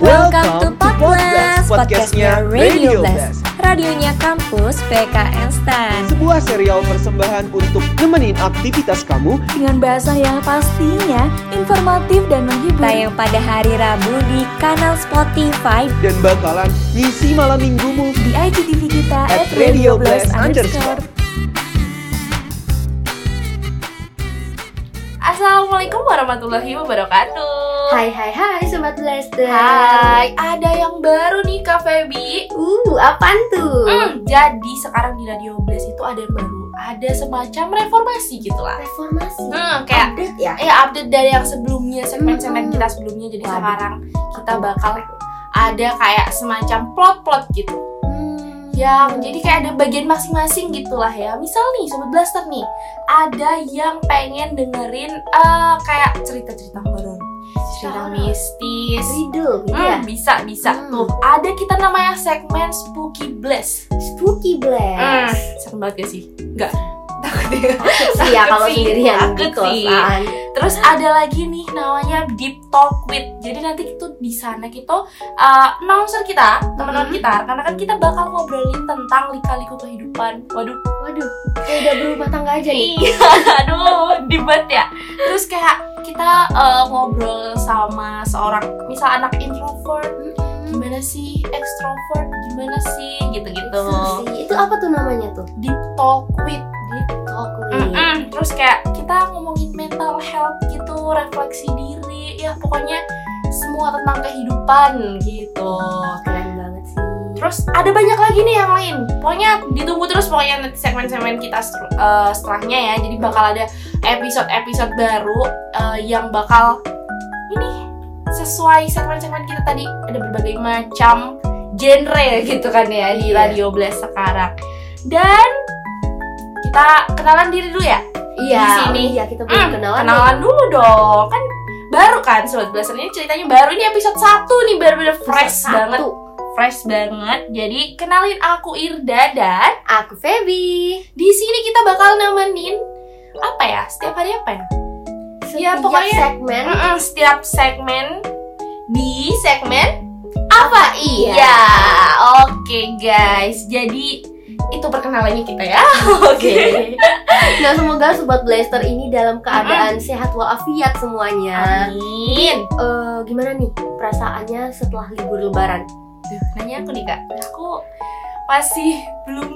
Welcome to Poples, podcastnya Radio Blast. Blast, radionya kampus PKN Stan. Sebuah serial persembahan untuk nemenin aktivitas kamu dengan bahasa yang pastinya informatif dan menghibur. Tayang pada hari Rabu di kanal Spotify dan bakalan ngisi malam minggumu. di IGTV kita At at Radio Radio Blast Blast underscore. underscore. Assalamualaikum warahmatullahi wabarakatuh. Hai hai hai Sobat Blaster Hai, ada yang baru nih Kak Feby. Uh, apaan tuh? Hmm, jadi sekarang di Radio Blast itu ada yang baru, ada semacam reformasi gitu lah. Reformasi Hmm, kayak Update ya? eh update dari yang sebelumnya, segmen-segmen Hmm. kita sebelumnya. Jadi Waduh. sekarang kita bakal ada kayak semacam plot-plot gitu. Hmm. yang jadi kayak ada bagian masing-masing gitulah ya misal nih sobat blaster nih ada yang pengen dengerin eh, kayak cerita-cerita horor cerita Horor. mistis Riddle gitu ya? Hmm, bisa bisa Hmm. tuh ada kita namanya segmen spooky blast Spooky hmm. Blast serem banget gak sih nggak takut ya Takut sih ya kalau Takut sih, sendirian di Ah, takut sih. kosan terus ada lagi nih namanya deep talk with jadi nanti itu di sana kita eh, announcer kita teman-teman Hmm. kita karena kan kita bakal ngobrolin tentang lika-liku kehidupan waduh Waduh, kayak udah berumah tangga aja nih Iya, aduh, debat ya. Terus kayak kita eh, ngobrol sama seorang, misal anak introvert, Hmm. gimana sih extrovert, gimana sih gitu-gitu. Sensasi. Itu apa tuh namanya tuh? Deep talk with. Deep Talk with Mm-mm. Terus kayak kita ngomongin mental health gitu, refleksi diri, ya pokoknya semua tentang kehidupan gitu. Keren banget sih Terus ada banyak lagi nih yang lain. Pokoknya ditunggu terus pokoknya nanti segmen-segmen kita setel- eh, setelahnya ya. Jadi bakal ada episode-episode baru eh, yang bakal ini sesuai segmen-segmen kita tadi ada berbagai macam genre gitu kan ya di Iya. Radio Blast sekarang. Dan kita kenalan diri dulu ya. Iya, Di sini. iya kita belum Hmm, kenalan Kenalan dulu dong. Kan baru kan Sobat Blaster ini ceritanya baru ini episode 1 nih benar-benar fresh Satu. banget fresh banget. Jadi kenalin aku Irda dan Aku Feby di sini kita bakal nemenin apa ya? Setiap hari apa ya? Ya, Setiap pokoknya- segmen Mm-mm, setiap segmen di segmen apa iya? Oke guys. Jadi itu perkenalannya kita ya. Oke. Nah semoga Sobat Blaster ini dalam keadaan sehat walafiat semuanya Amin. Eh, gimana nih perasaannya setelah libur lebaran? Duh, nanya aku nih kak. Aku masih belum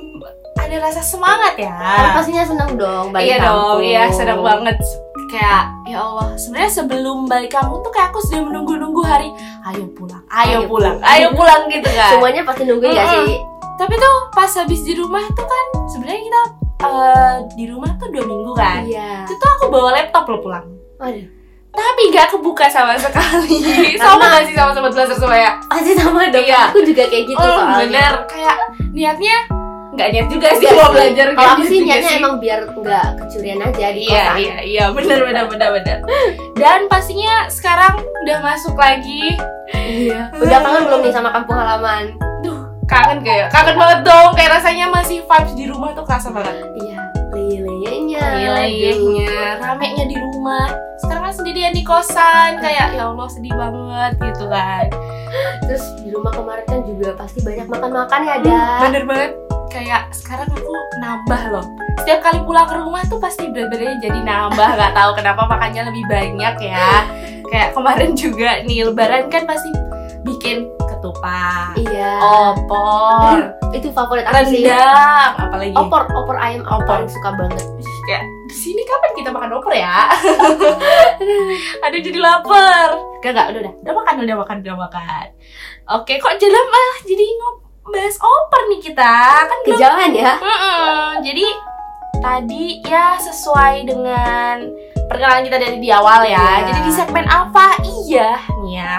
ada rasa semangat ya. Kan pastinya seneng dong balik iya dong, kampung. iya senang banget. Kayak ya Allah, sebenarnya sebelum balik kampung tuh kayak aku sudah menunggu-nunggu hari, ayo pulang, ayo, Ayo pulang, pulang. ayo pulang gitu kan. Semuanya pasti nungguin gak Mm-mm. sih? Tapi tuh pas habis di rumah tuh kan sebenarnya kita eh, di rumah tuh dua minggu kan. Iya. Itu tuh aku bawa laptop lo pulang. Waduh, Tapi nggak kebuka sama sekali. sama Karena- nggak sih sama sobat belajar semua ya? pasti sama dong. Iya. Aku juga kayak gitu Oh, soalnya. bener. Kayak niatnya nggak niat juga sih Iya mau sih. belajar Kalau kayak aku gitu sih juga niatnya sih. emang biar nggak kecurian aja di Iya, kosan. iya, iya, benar, benar, benar, benar. Dan pastinya sekarang udah masuk lagi. Iya. Udah kangen belum nih sama kampung halaman? Kangen kayak, kangen banget dong. Kayak rasanya masih vibes di rumah tuh kerasa banget. Iya. Lele-lenya. Iya, Wilayahnya, ramenya di rumah. Sekarang kan sendirian di kosan, kayak ya Allah sedih banget gitu kan. Terus di rumah kemarin kan juga pasti banyak makan-makan ya, ada. Hmm, Bener banget. Kayak sekarang aku nambah loh. Setiap kali pulang ke rumah tuh pasti bener-benernya jadi nambah. Gak tahu kenapa makannya lebih banyak ya. Kayak kemarin juga nih Lebaran kan pasti bikin ketupat, Iya. opor, Itu favorit aku sih. rendang, apalagi. Opor, opor ayam, aku Opor. paling suka banget. Ya, di sini kapan kita makan opor ya? Aduh jadi lapar. Gak gak udah udah udah makan udah makan udah makan. Oke kok jadi malah jadi ngebahas opor nih kita kan belum Kejauhan ya. Mm-mm. Jadi tadi ya sesuai dengan perkenalan kita dari di awal ya. Iya. Jadi di segmen apa iya nih ya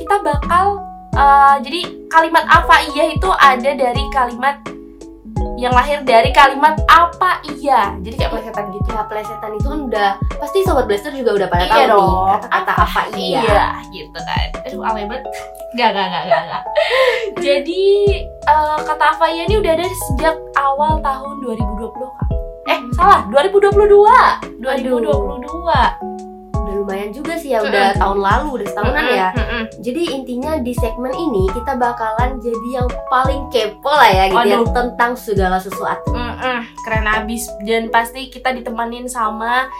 kita bakal eh, jadi kalimat apa iya itu ada dari kalimat yang lahir dari kalimat apa iya. Jadi kayak plesetan gitu. ya plesetan itu kan udah pasti sobat blaster juga udah pada Iya tahu dong. nih kata-kata apa, iya. gitu kan. Aduh alay banget. Gak, gak, gak, gak, gak. Jadi eh, kata apa iya ini udah ada sejak awal tahun Hmm. 2020 kak. Eh salah 2022 2022 Aduh. Udah lumayan juga sih ya Mm-mm. udah tahun lalu udah setahunan ya Mm-mm. jadi intinya di segmen ini kita bakalan jadi yang paling kepo lah ya gitu ya Waduh. tentang segala sesuatu Mm-mm, keren abis dan pasti kita ditemanin sama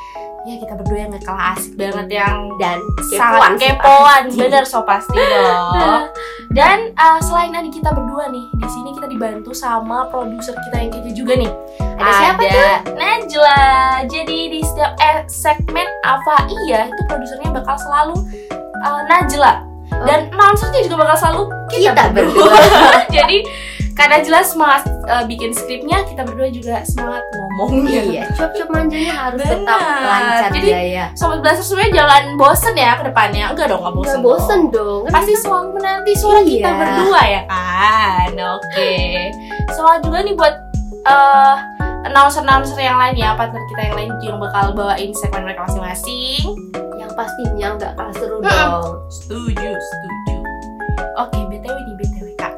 ya kita berdua yang gak kalah asik banget yang dan kepoan sangat sih, kepoan pasti. bener so pasti dong dan uh, selain dari kita berdua nih di sini kita dibantu sama produser kita yang kece juga nih Ada siapa tuh Najwa jadi di setiap eh, segmen apa iya itu produsernya bakal selalu uh, Oh. Najla dan announcernya juga bakal selalu kita, eh, Kita berdua, jadi karena jelas semangat uh, bikin skripnya kita berdua juga semangat ngomongnya iya cuap-cuap manjanya harus Benar. tetap lancar Jadi, ya ya Sobat Blaster sebenarnya jangan bosen ya ke depannya. Enggak dong, enggak bosen. Nggak dong. bosen dong kan Pasti selalu menanti suara kita Iya. berdua ya kan. Oke. Soal juga nih buat eh announcer-announcer yang lain ya, partner kita yang lain yang bakal bawain segmen mereka masing-masing. yang pastinya nggak kalah seru Mm-mm. dong Setuju, setuju. Oke, BTW nih BTW Kak.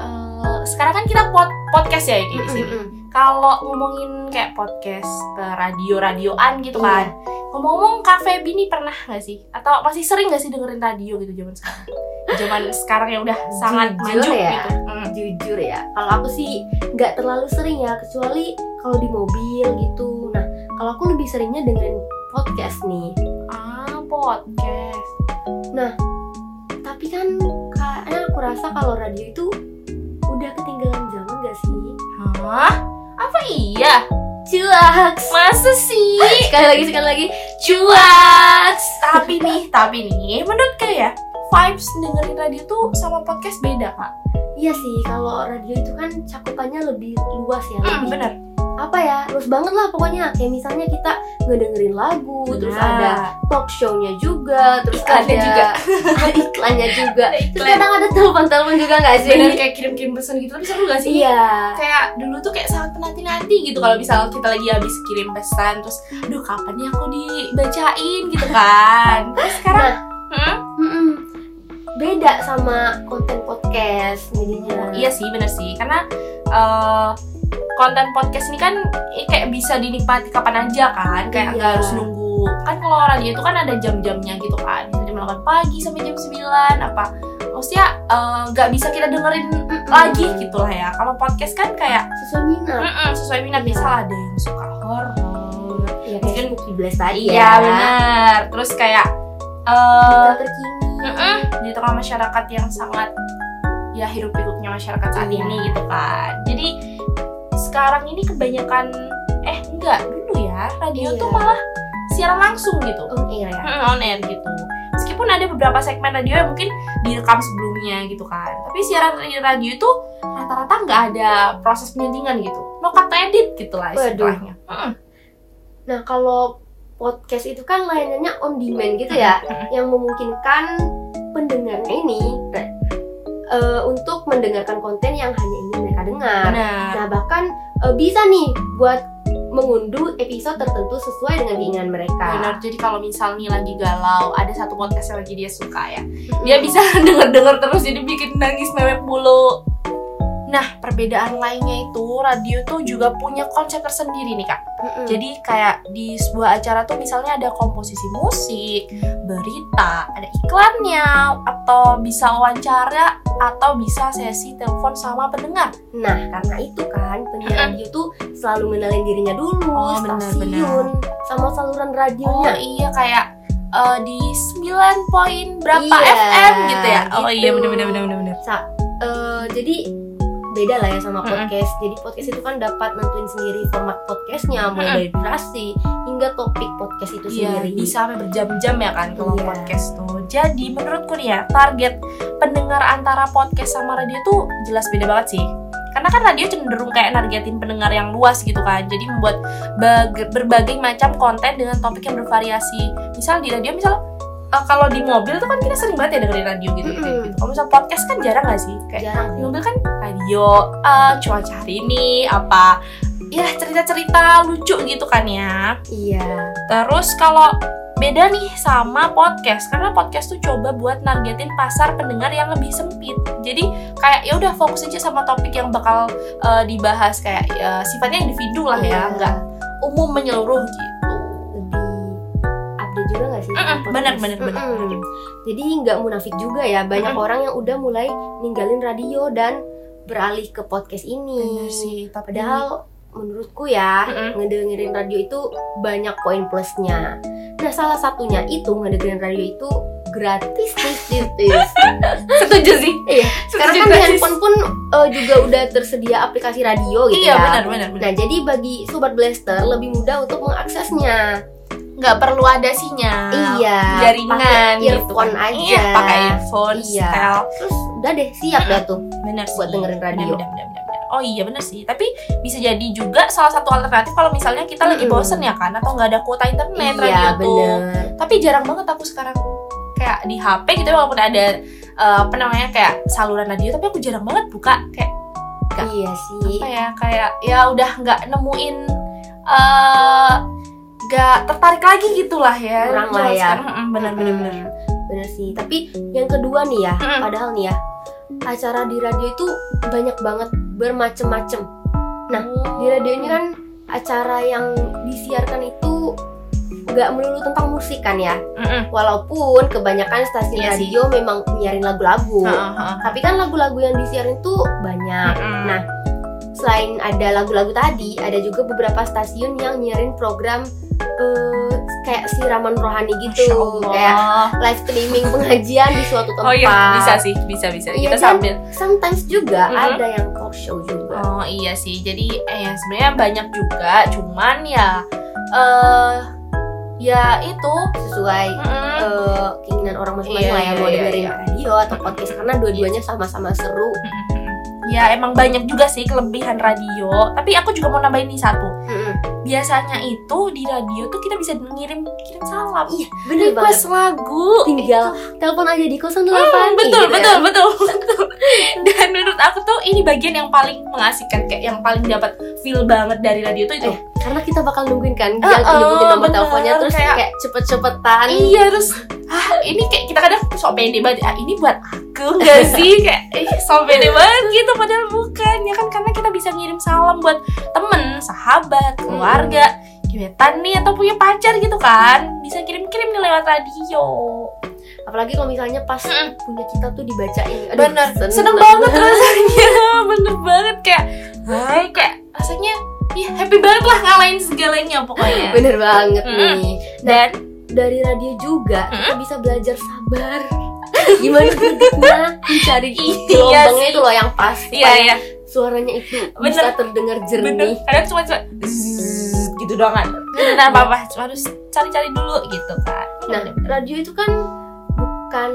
Eh, sekarang kan kita pod- podcast ya ini di sini. Mm-mm. Kalau ngomongin kayak podcast ke radio-radioan gitu kan. Ngomong-ngomong Cafe Bini pernah nggak sih? Atau masih sering nggak sih dengerin radio gitu zaman sekarang? Zaman sekarang yang udah sangat Jujur maju ya. gitu. Mm. jujur ya kalau aku sih nggak terlalu sering ya kecuali kalau di mobil gitu nah kalau aku lebih seringnya dengerin podcast nih Ah, podcast. tapi kan karena aku rasa kalau radio itu udah ketinggalan zaman gak sih Hah? Apa iya? cuaks Masa sih? sekali lagi sekali lagi Cuaks. tapi nih, tapi nih, menurut kayak ya, vibes dengerin radio tuh sama podcast beda, Kak. iya sih kalau radio itu kan cakupannya lebih luas ya Hmm, lebih bener. apa ya luas banget lah pokoknya kayak misalnya kita ngedengerin lagu Nah. terus ada talk show-nya juga terus Iklannya ada juga. iklannya juga Ada terus iklan. Iya. kadang ada telepon-telepon juga nggak sih Bener kayak kirim-kirim pesan gitu, tapi seru gak sih? iya kayak dulu tuh kayak sangat menanti-nanti gitu kalau misal kita lagi habis kirim pesan terus aduh kapan nih aku dibacain gitu kan terus sekarang Hmm? Mm-mm. beda sama konten podcast jadinya iya sih bener sih karena eh, konten podcast ini kan eh, kayak bisa dinikmati kapan aja kan kayak nggak Iya. harus nunggu kan kalau radio itu kan ada jam-jamnya gitu kan bisa jam 8 pagi sampai jam 9 apa maksudnya eh, nggak bisa kita dengerin Mm-mm. lagi gitu lah ya kalau podcast kan kayak sesuai minat mm-mm, sesuai minat misal ada yang suka horor Iya Mungkin- kayak Cookie Blast tadi ya. Iya benar. Terus kayak eh Berita terkini mm-mm, di tengah masyarakat yang sangat ya hirup pikuknya masyarakat saat Iya. ini gitu kan. Jadi sekarang ini kebanyakan eh enggak dulu ya radio Iya. tuh malah siaran langsung gitu on air ya Mm, on air gitu. Meskipun ada beberapa segmen radio yang mungkin direkam sebelumnya gitu kan. Tapi siaran radio itu rata-rata nggak ada proses penyuntingan gitu. No kata edit gitu lah Waduh. istilahnya. Mm-mm. nah kalau podcast itu kan layanannya on demand gitu ya yang memungkinkan pendengarnya ini eh, untuk mendengarkan konten yang hanya ingin mereka dengar Benar. nah bahkan eh, bisa nih buat mengunduh episode tertentu sesuai dengan keinginan mereka Benar. Jadi kalau misal nih lagi galau, ada satu podcast yang lagi dia suka ya, dia bisa denger-denger terus jadi bikin nangis mewek mulu. Nah, perbedaan lainnya itu radio tuh juga punya konsep tersendiri nih kak. Mm-mm. Jadi kayak di sebuah acara tuh misalnya ada komposisi musik, berita, ada iklannya, atau bisa wawancara, atau bisa sesi telepon sama pendengar. Nah, karena itu kan penyiar radio tuh selalu ngenalin dirinya dulu, Oh, benar, stasiun, sama Oh saluran radionya. iya kayak eh, di 9 poin berapa Iya, FM gitu ya? Oh iya gitu. bener-bener bener-bener. Eh, jadi beda lah ya Oh. sama Mm-mm. podcast. Jadi podcast itu kan dapat nentuin sendiri format podcastnya, Mm-mm. mulai dari durasi hingga topik podcast itu Iya, sendiri. bisa sampai berjam-jam ya kan kalau Iya. podcast tuh. Jadi menurutku nih ya, target pendengar antara podcast sama radio tuh jelas beda banget sih. Karena kan radio cenderung kayak nargetin pendengar yang luas gitu kan. Jadi membuat bag- berbagai macam konten dengan topik yang bervariasi. Misal di radio misal eh, kalau di mobil tuh kan kita sering banget ya dengerin radio gitu gitu. Mm-mm. gitu. Kalau misal podcast kan jarang gak sih? Kayak Jarang. di mobil kan radio eh, cuaca hari ini apa ya cerita-cerita lucu gitu kan ya. Iya. Terus kalau beda nih sama podcast karena podcast tuh coba buat nargetin pasar pendengar yang lebih sempit. Jadi kayak ya udah fokus aja sama topik yang bakal eh, dibahas kayak eh, sifatnya individu lah Iya. ya, nggak umum menyeluruh gitu. Lebih apa update juga nggak sih? Mm-mm, podcast? benar benar benar Mm-mm. Jadi nggak munafik juga ya banyak Mm-mm. orang yang udah mulai ninggalin radio dan beralih ke podcast Benar ini. sih tapi Padahal menurutku ya Mm-mm. ngedengerin radio itu banyak poin plusnya. Nah salah satunya itu ngedengerin radio itu gratis tis tis tis. setuju sih Iya, Sekarang Setuju kan di gratis. handphone pun eh, juga udah tersedia aplikasi radio gitu iya ya. benar benar benar Nah jadi bagi sobat blaster lebih mudah untuk mengaksesnya. nggak perlu ada sinyal Iya, jaringan pakai earphone kan. aja. iya, pakai earphone Iya. setel Terus udah deh siap dah tuh. benar Buat sih. dengerin radio. Benar, benar, benar, benar. oh iya benar sih tapi bisa jadi juga salah satu alternatif kalau misalnya kita lagi Mm-mm. bosen ya kan atau nggak ada kuota internet radio iya tuh bener. tapi jarang banget aku sekarang kayak di HP gitu walaupun ada eh, apa namanya kayak saluran radio tapi aku jarang banget buka kayak Kak. Iya sih. apa ya kayak ya udah nggak nemuin eh nggak tertarik lagi gitulah ya Kurang Jarang lah ya. sekarang. Mm-mm, benar benar benar Hmm, bener sih. Tapi yang kedua nih ya, Mm-mm. padahal nih ya acara di radio itu banyak banget bermacem-macem. Nah, Di radio ini kan acara yang disiarkan itu nggak melulu tentang musik kan ya. Mm-mm. Walaupun kebanyakan stasiun Iya sih. radio memang nyiarin lagu-lagu. Ha, ha, ha. Tapi kan lagu-lagu yang disiarin tuh banyak. Mm-mm. Nah, selain ada lagu-lagu tadi, ada juga beberapa stasiun yang nyiarin program eh, kayak siraman rohani Masya gitu, Allah. kayak live streaming pengajian di suatu tempat. oh iya bisa sih bisa bisa Iya kita kan? sambil Sometimes juga Mhm. ada yang talk show juga. Oh iya sih, jadi eh, ya sebenarnya banyak juga, cuman ya eh ya itu sesuai mm, eh, keinginan orang Iya, masing-masing lah ya mau iya, dengerin iya. radio atau podcast karena dua-duanya sama-sama seru. ya emang banyak juga sih kelebihan radio. Tapi aku juga mau nambahin nih satu. Mm-mm. Biasanya itu di radio tuh kita bisa ngirim kirim salam, Iya, bener banget. request lagu. Tinggal telepon aja di 08 Hmm, nih, betul, gitu ya. betul, betul, betul. Dan menurut aku tuh ini bagian yang paling mengasihkan, kayak yang paling dapat feel banget dari radio tuh itu. Eh, karena kita bakal nungguin Eh, kan yang nyebutin eh, nomor bener, teleponnya terus kayak- kayak, cepet-cepetan Iya terus ah ini kayak kita kadang sok pede banget ah, ini buat aku nggak sih kayak eh, sok pede banget gitu padahal bukan ya kan karena kita bisa ngirim salam buat temen sahabat keluarga gebetan nih atau punya pacar gitu kan bisa kirim-kirim nih lewat radio apalagi kalau misalnya pas Mm-mm. punya kita tuh dibacain Aduh, bener seneng. seneng banget rasanya bener banget kayak hai kayak rasanya ih, happy banget lah ngalahin segalanya pokoknya bener banget Mm-mm. nih dan dari radio juga kita bisa belajar sabar gimana duduknya mencari Iya gelombangnya sih. itu loh yang pas iya supaya ya suaranya itu bisa Bener. terdengar bener jernih Hmm, kadang cuma cuma zzz, gitu doang kan nggak apa apa cuma harus cari-cari dulu gitu kan nah radio itu kan bukan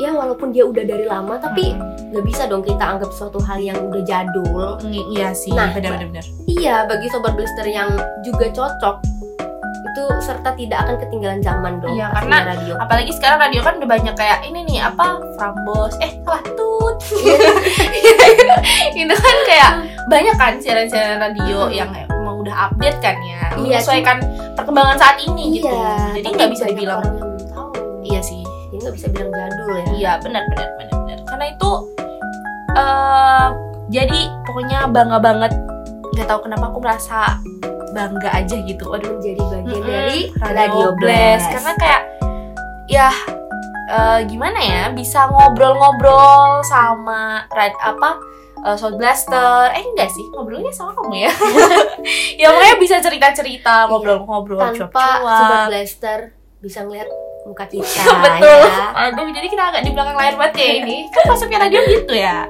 ya walaupun dia udah dari lama tapi nggak bisa dong kita anggap suatu hal yang udah jadul Mm, iya sih Nah, benar-benar benar. Iya, bagi sobat blister yang juga cocok itu serta tidak akan ketinggalan zaman dong. Iya, pastinya karena- radio. apalagi sekarang radio kan udah banyak kayak ini nih apa frambos eh salah tut itu kan kayak Hmm. banyak kan siaran-siaran radio yang emang udah update kan ya Iya, menyesuaikan perkembangan saat ini gitu Iya, jadi tapi nggak bisa banyak dibilang orang yang belum tahu. Iya, iya sih jadi nggak bisa bilang jadul ya. Iya benar benar benar benar. Karena itu eh jadi pokoknya bangga banget. Gak tahu kenapa aku merasa bangga aja gitu. Waduh. Menjadi bagian Mm-mm. dari radio blast. Blast. Karena kayak ya eh, gimana ya bisa ngobrol-ngobrol sama rad apa eh, Sound Blaster. Eh enggak sih, ngobrolnya sama kamu ya. ya pokoknya bisa cerita-cerita, ngobrol-ngobrol, tanpa sobat cuap-cuap. blaster bisa ngeliat muka kita. Iya, Betul. ya. Aduh, jadi kita agak di belakang layar banget ya ini. Kan konsepnya radio gitu ya.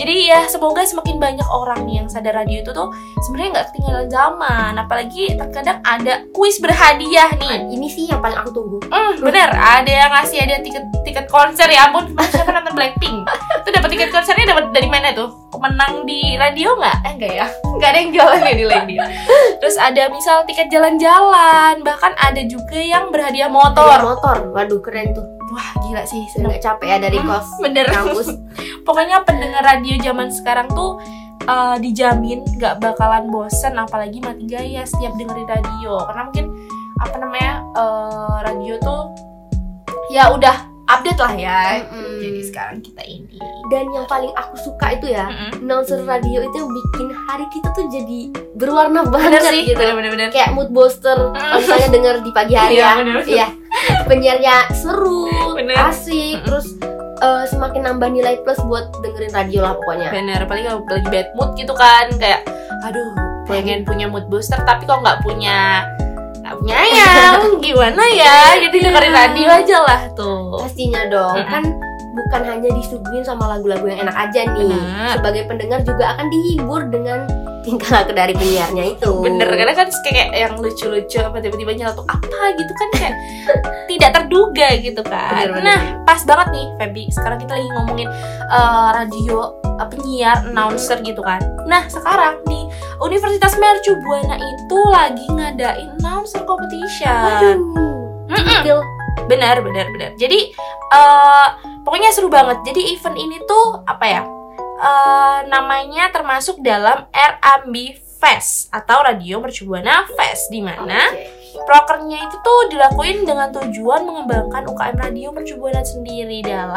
Jadi ya semoga semakin banyak orang nih yang sadar radio itu tuh sebenarnya nggak ketinggalan zaman. Apalagi terkadang ada kuis berhadiah nih. Ini sih yang paling aku tunggu. Hmm, bener, ada yang ngasih ada tiket tiket konser ya ampun. kemarin Siapa nonton Blackpink? Itu dapat tiket konsernya dapat dari mana tuh? Menang di radio nggak? Eh enggak ya. Nggak ada yang jualan ya di radio. Terus ada misal tiket jalan-jalan, bahkan ada juga yang berhadiah Ada motor. motor. Waduh, keren tuh. Wah, gila sih. Saya nggak capek ya dari Hmm, kos bener. kampus. pokoknya pendengar radio zaman sekarang tuh eh, dijamin gak bakalan bosen apalagi mati gaya setiap dengerin radio karena mungkin apa namanya eh, radio tuh ya udah update lah ya. Mm-mm. Jadi sekarang kita ini. Dan yang paling aku suka itu ya, Mm-mm. announcer radio itu yang bikin hari kita tuh jadi berwarna banget Bener sih, gitu. bener-bener. Kayak mood booster, kalau misalnya denger di pagi Ah. hari Iya, ya. bener. Iya. Penyiarnya seru, Bener. asik, terus eh, semakin nambah nilai plus buat dengerin radio lah pokoknya. Bener, paling kalau lagi bad mood gitu kan kayak aduh pengen punya mood booster tapi kok nggak punya nggak punya ayam gimana ya jadi dengerin radio aja lah tuh Pastinya dong, Mm-mm. kan bukan hanya disuguhin sama lagu-lagu yang enak aja nih. Bener. Sebagai pendengar juga akan dihibur dengan tingkah laku dari penyiarnya itu. bener karena kan kayak yang lucu-lucu apa tiba-tiba nyeletuk apa gitu kan kayak tidak terduga gitu kan Bener, bener. nah pas banget nih Feby sekarang kita lagi ngomongin eh, radio eh, penyiar announcer gitu kan nah sekarang di Universitas Mercu Buana itu lagi ngadain announcer competition Aduh, Mm-mm. skill Benar, benar, benar. Jadi eh, pokoknya seru banget. Jadi event ini tuh apa ya? Eh, namanya termasuk dalam R&B Fest atau Radio Mercubuana Fest di mana Oke. prokernya itu tuh dilakuin dengan tujuan mengembangkan UKM Radio Mercubuana sendiri dalam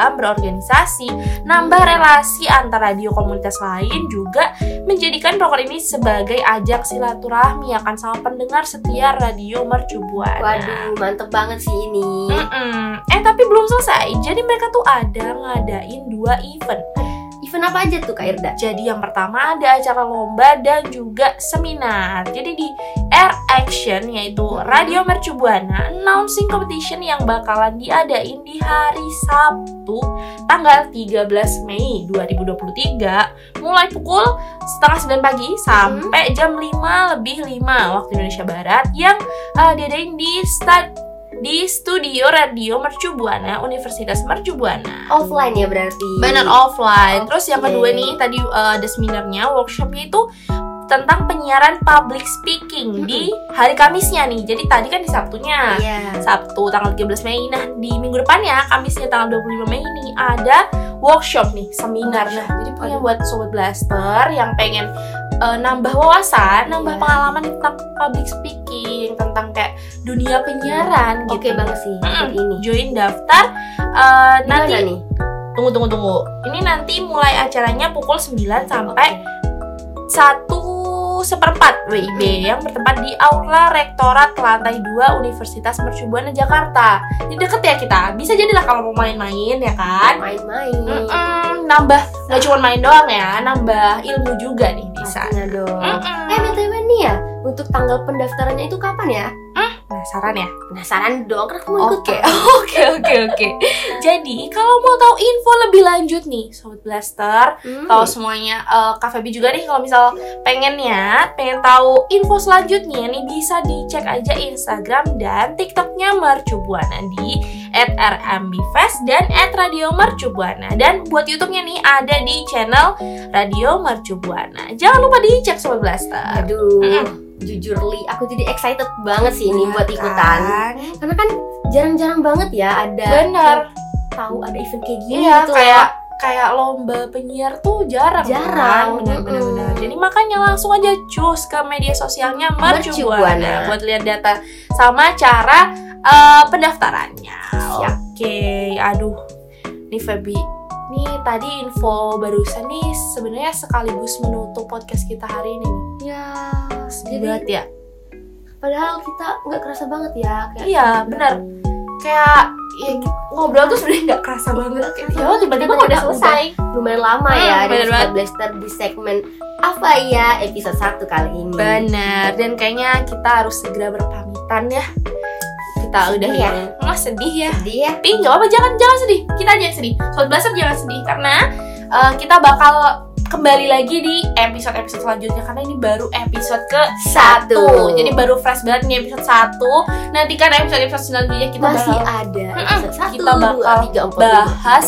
berorganisasi, nambah relasi antar radio komunitas lain juga menjadikan proker ini sebagai ajak silaturahmi akan sama pendengar setia Radio Mercubuana. Waduh, mantep banget sih ini. Mm-mm. Eh tapi belum selesai. Jadi mereka tuh ada ngadain dua event. Mm. Event apa aja tuh Kak Irda? Jadi yang pertama ada acara lomba dan juga seminar. Jadi di Air Action yaitu Radio Mercu Buana announcing competition yang bakalan diadain di hari Sabtu tanggal 13 Mei 2023 mulai pukul setengah 9 pagi sampai jam 5 lebih 5 waktu Indonesia Barat yang eh, diadain di stad di studio Radio Mercu Buana Universitas Mercu Buana. Offline ya berarti. Benar offline. Terus yang Oke. kedua nih tadi uh, ada seminarnya, workshopnya itu tentang penyiaran public speaking di hari Kamisnya nih. Jadi tadi kan di Sabtunya. Iya. Sabtu tanggal 13 Mei. Nah, di minggu depannya Kamisnya tanggal 25 Mei ini ada workshop nih, seminar. Nah, jadi punya buat sobat blaster yang pengen eh, nambah wawasan, nambah Iya. pengalaman tentang public speaking, tentang kayak dunia penyiaran Oke gitu. banget sih Mm-mm. event ini. Join daftar eh, Di nanti mana nih? Tunggu tunggu tunggu. Ini nanti mulai acaranya pukul 9 sampai satu seperempat WIB yang bertempat di aula rektorat lantai 2 Universitas Mercubuana Jakarta. Ini deket ya kita. Bisa jadilah kalau mau main-main ya kan. Main-main. Mm-mm, nambah nggak cuma main doang ya, nambah ilmu juga nih bisa. Pastinya dong. Eh Mm-mm. btw nih ya, untuk tanggal pendaftarannya itu kapan ya? Penasaran ya? Penasaran dong, karena aku mau ikut. Oke, oke, oke, oke. Jadi kalau mau tahu info lebih lanjut nih, Sobat Blaster, Hmm. kalau semuanya eh Kak Feby juga nih kalau misal pengen ya pengen tahu info selanjutnya nih bisa dicek aja Instagram dan TikToknya Mercubuana di @rmbfest dan @radiomercubuana dan buat YouTube-nya nih ada di channel Radio Mercubuana. Jangan lupa dicek Sobat Blaster. Aduh, Mm-mm. jujur Li, aku jadi excited banget sih ini Iya buat ikutan. kan? Karena kan jarang-jarang banget ya ada Bener. yang tahu ada event kayak gini Iya, gitu loh. kayak kayak lomba penyiar tuh jarang. Jarang, kan? benar-benar. mm-mm. benar. Jadi makanya langsung aja cus ke media sosialnya Mercu Buana. Mercubuana buat lihat data sama cara eh, pendaftarannya. Siap. Oke, aduh, nih Feby. Nih tadi info barusan nih sebenarnya sekaligus menutup podcast kita hari ini. nih. Ya, Sedih jadi banget ya. padahal kita nggak kerasa banget ya kayak Iya, benar. Kayak ya, ngobrol tuh sebenarnya nggak kerasa banget. Ya, tiba-tiba udah selesai. lumayan lama Hmm, ya dari bener banget. Sobat Blaster di segmen apa ya episode 1 kali ini. Benar, dan kayaknya kita harus segera berpamitan ya. Kita udah Sedih ya? ya. Nggak sedih ya. Jadi ya, Tapi nggak apa-apa, jangan jangan sedih. Kita aja yang sedih. Sobat Blaster jangan sedih karena eh, kita bakal kembali lagi di episode-episode selanjutnya karena ini baru episode ke Satu. satu. Jadi baru fresh banget nih episode satu. Nantikan episode-episode selanjutnya kita masih bakal ada Mm-mm. episode 1, Kita bakal 2, 3, 4, bahas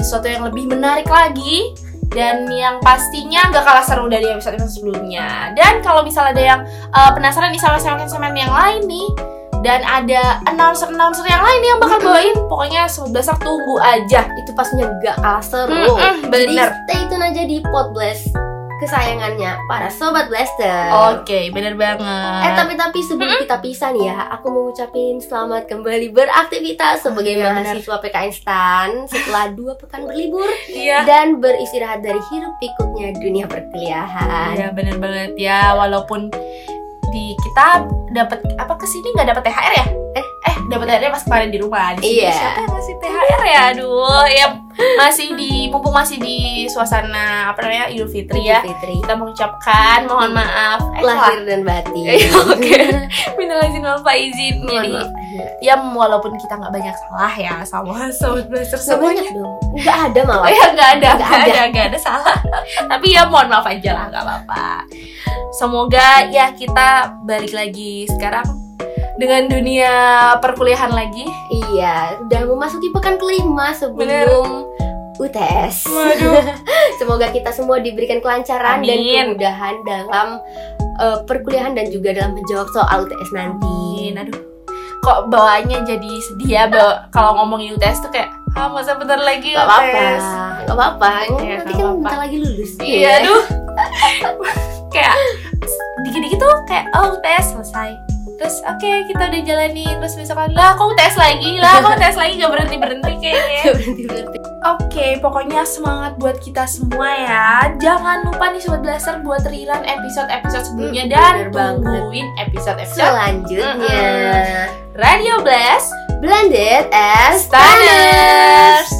sesuatu yang lebih menarik lagi dan yang pastinya nggak kalah seru dari episode episode sebelumnya. Dan kalau misal ada yang eh, penasaran nih sama segmen-segmen yang lain nih dan ada announcer-announcer yang lain yang bakal bawain, pokoknya sobat besok tunggu aja. 5. Itu pastinya gak kalah Ah, seru. Mm-mm, Jadi bener. stay tune aja di Podblast kesayangannya para sobat blaster. Oke, bener banget. Eh tapi tapi sebelum kita pisah nih ya, aku mau ngucapin selamat kembali beraktivitas sebagai Iya, benar. mahasiswa PKN STAN setelah dua pekan berlibur iya. dan beristirahat dari hiruk pikuknya dunia perkuliahan. Iya, bener banget ya. Walaupun di kita dapat apa kesini nggak dapat THR ya? Eh. eh dapat THR pas kemarin di rumah. Di sini Iya. Siapa Eh, yang ngasih THR ya? Aduh, ya masih di mumpung masih di suasana apa namanya Idul Fitri ya. Fitri, Kita mengucapkan mohon maaf. Eh, salah. lahir dan batin. Iya, oke. Minal izin wal faizin. Mohon Jadi, maaf. ya walaupun kita nggak banyak salah ya sama sobat blaster Nggak banyak semuanya. dong, nggak ada malah. Oh ya nggak ada, Nggak nggak ada, ada. nggak ada salah. Tapi ya mohon maaf aja lah, nggak apa-apa. Semoga ya kita balik lagi sekarang dengan dunia perkuliahan lagi. Iya, udah memasuki pekan kelima sebelum UTS. Waduh. Semoga kita semua diberikan kelancaran dan Amin. kemudahan dalam eh, perkuliahan dan juga dalam menjawab soal UTS nanti. Amin, aduh. Kok bawaannya jadi sedih ya bawa- kalau ngomongin UTS tuh kayak, ah masa bentar lagi Gak apa-apa, UTS. gak apa-apa. Iya, Nanti nggak kan apa-apa. bentar lagi lulus. Iya, aduh. kayak dikit-dikit tuh kayak oh UTS selesai. Terus oke kita udah jalanin terus misalkan lah kok UTS lagi lah kok UTS lagi gak berhenti berhenti kayaknya. berhenti berhenti. Oke, pokoknya semangat buat kita semua ya. Jangan lupa nih Sobat Blaster buat rerun episode-episode sebelumnya Hmm, dan bener banget. tungguin episode-episode Selanjutnya, Radio Blast blended as Stanners.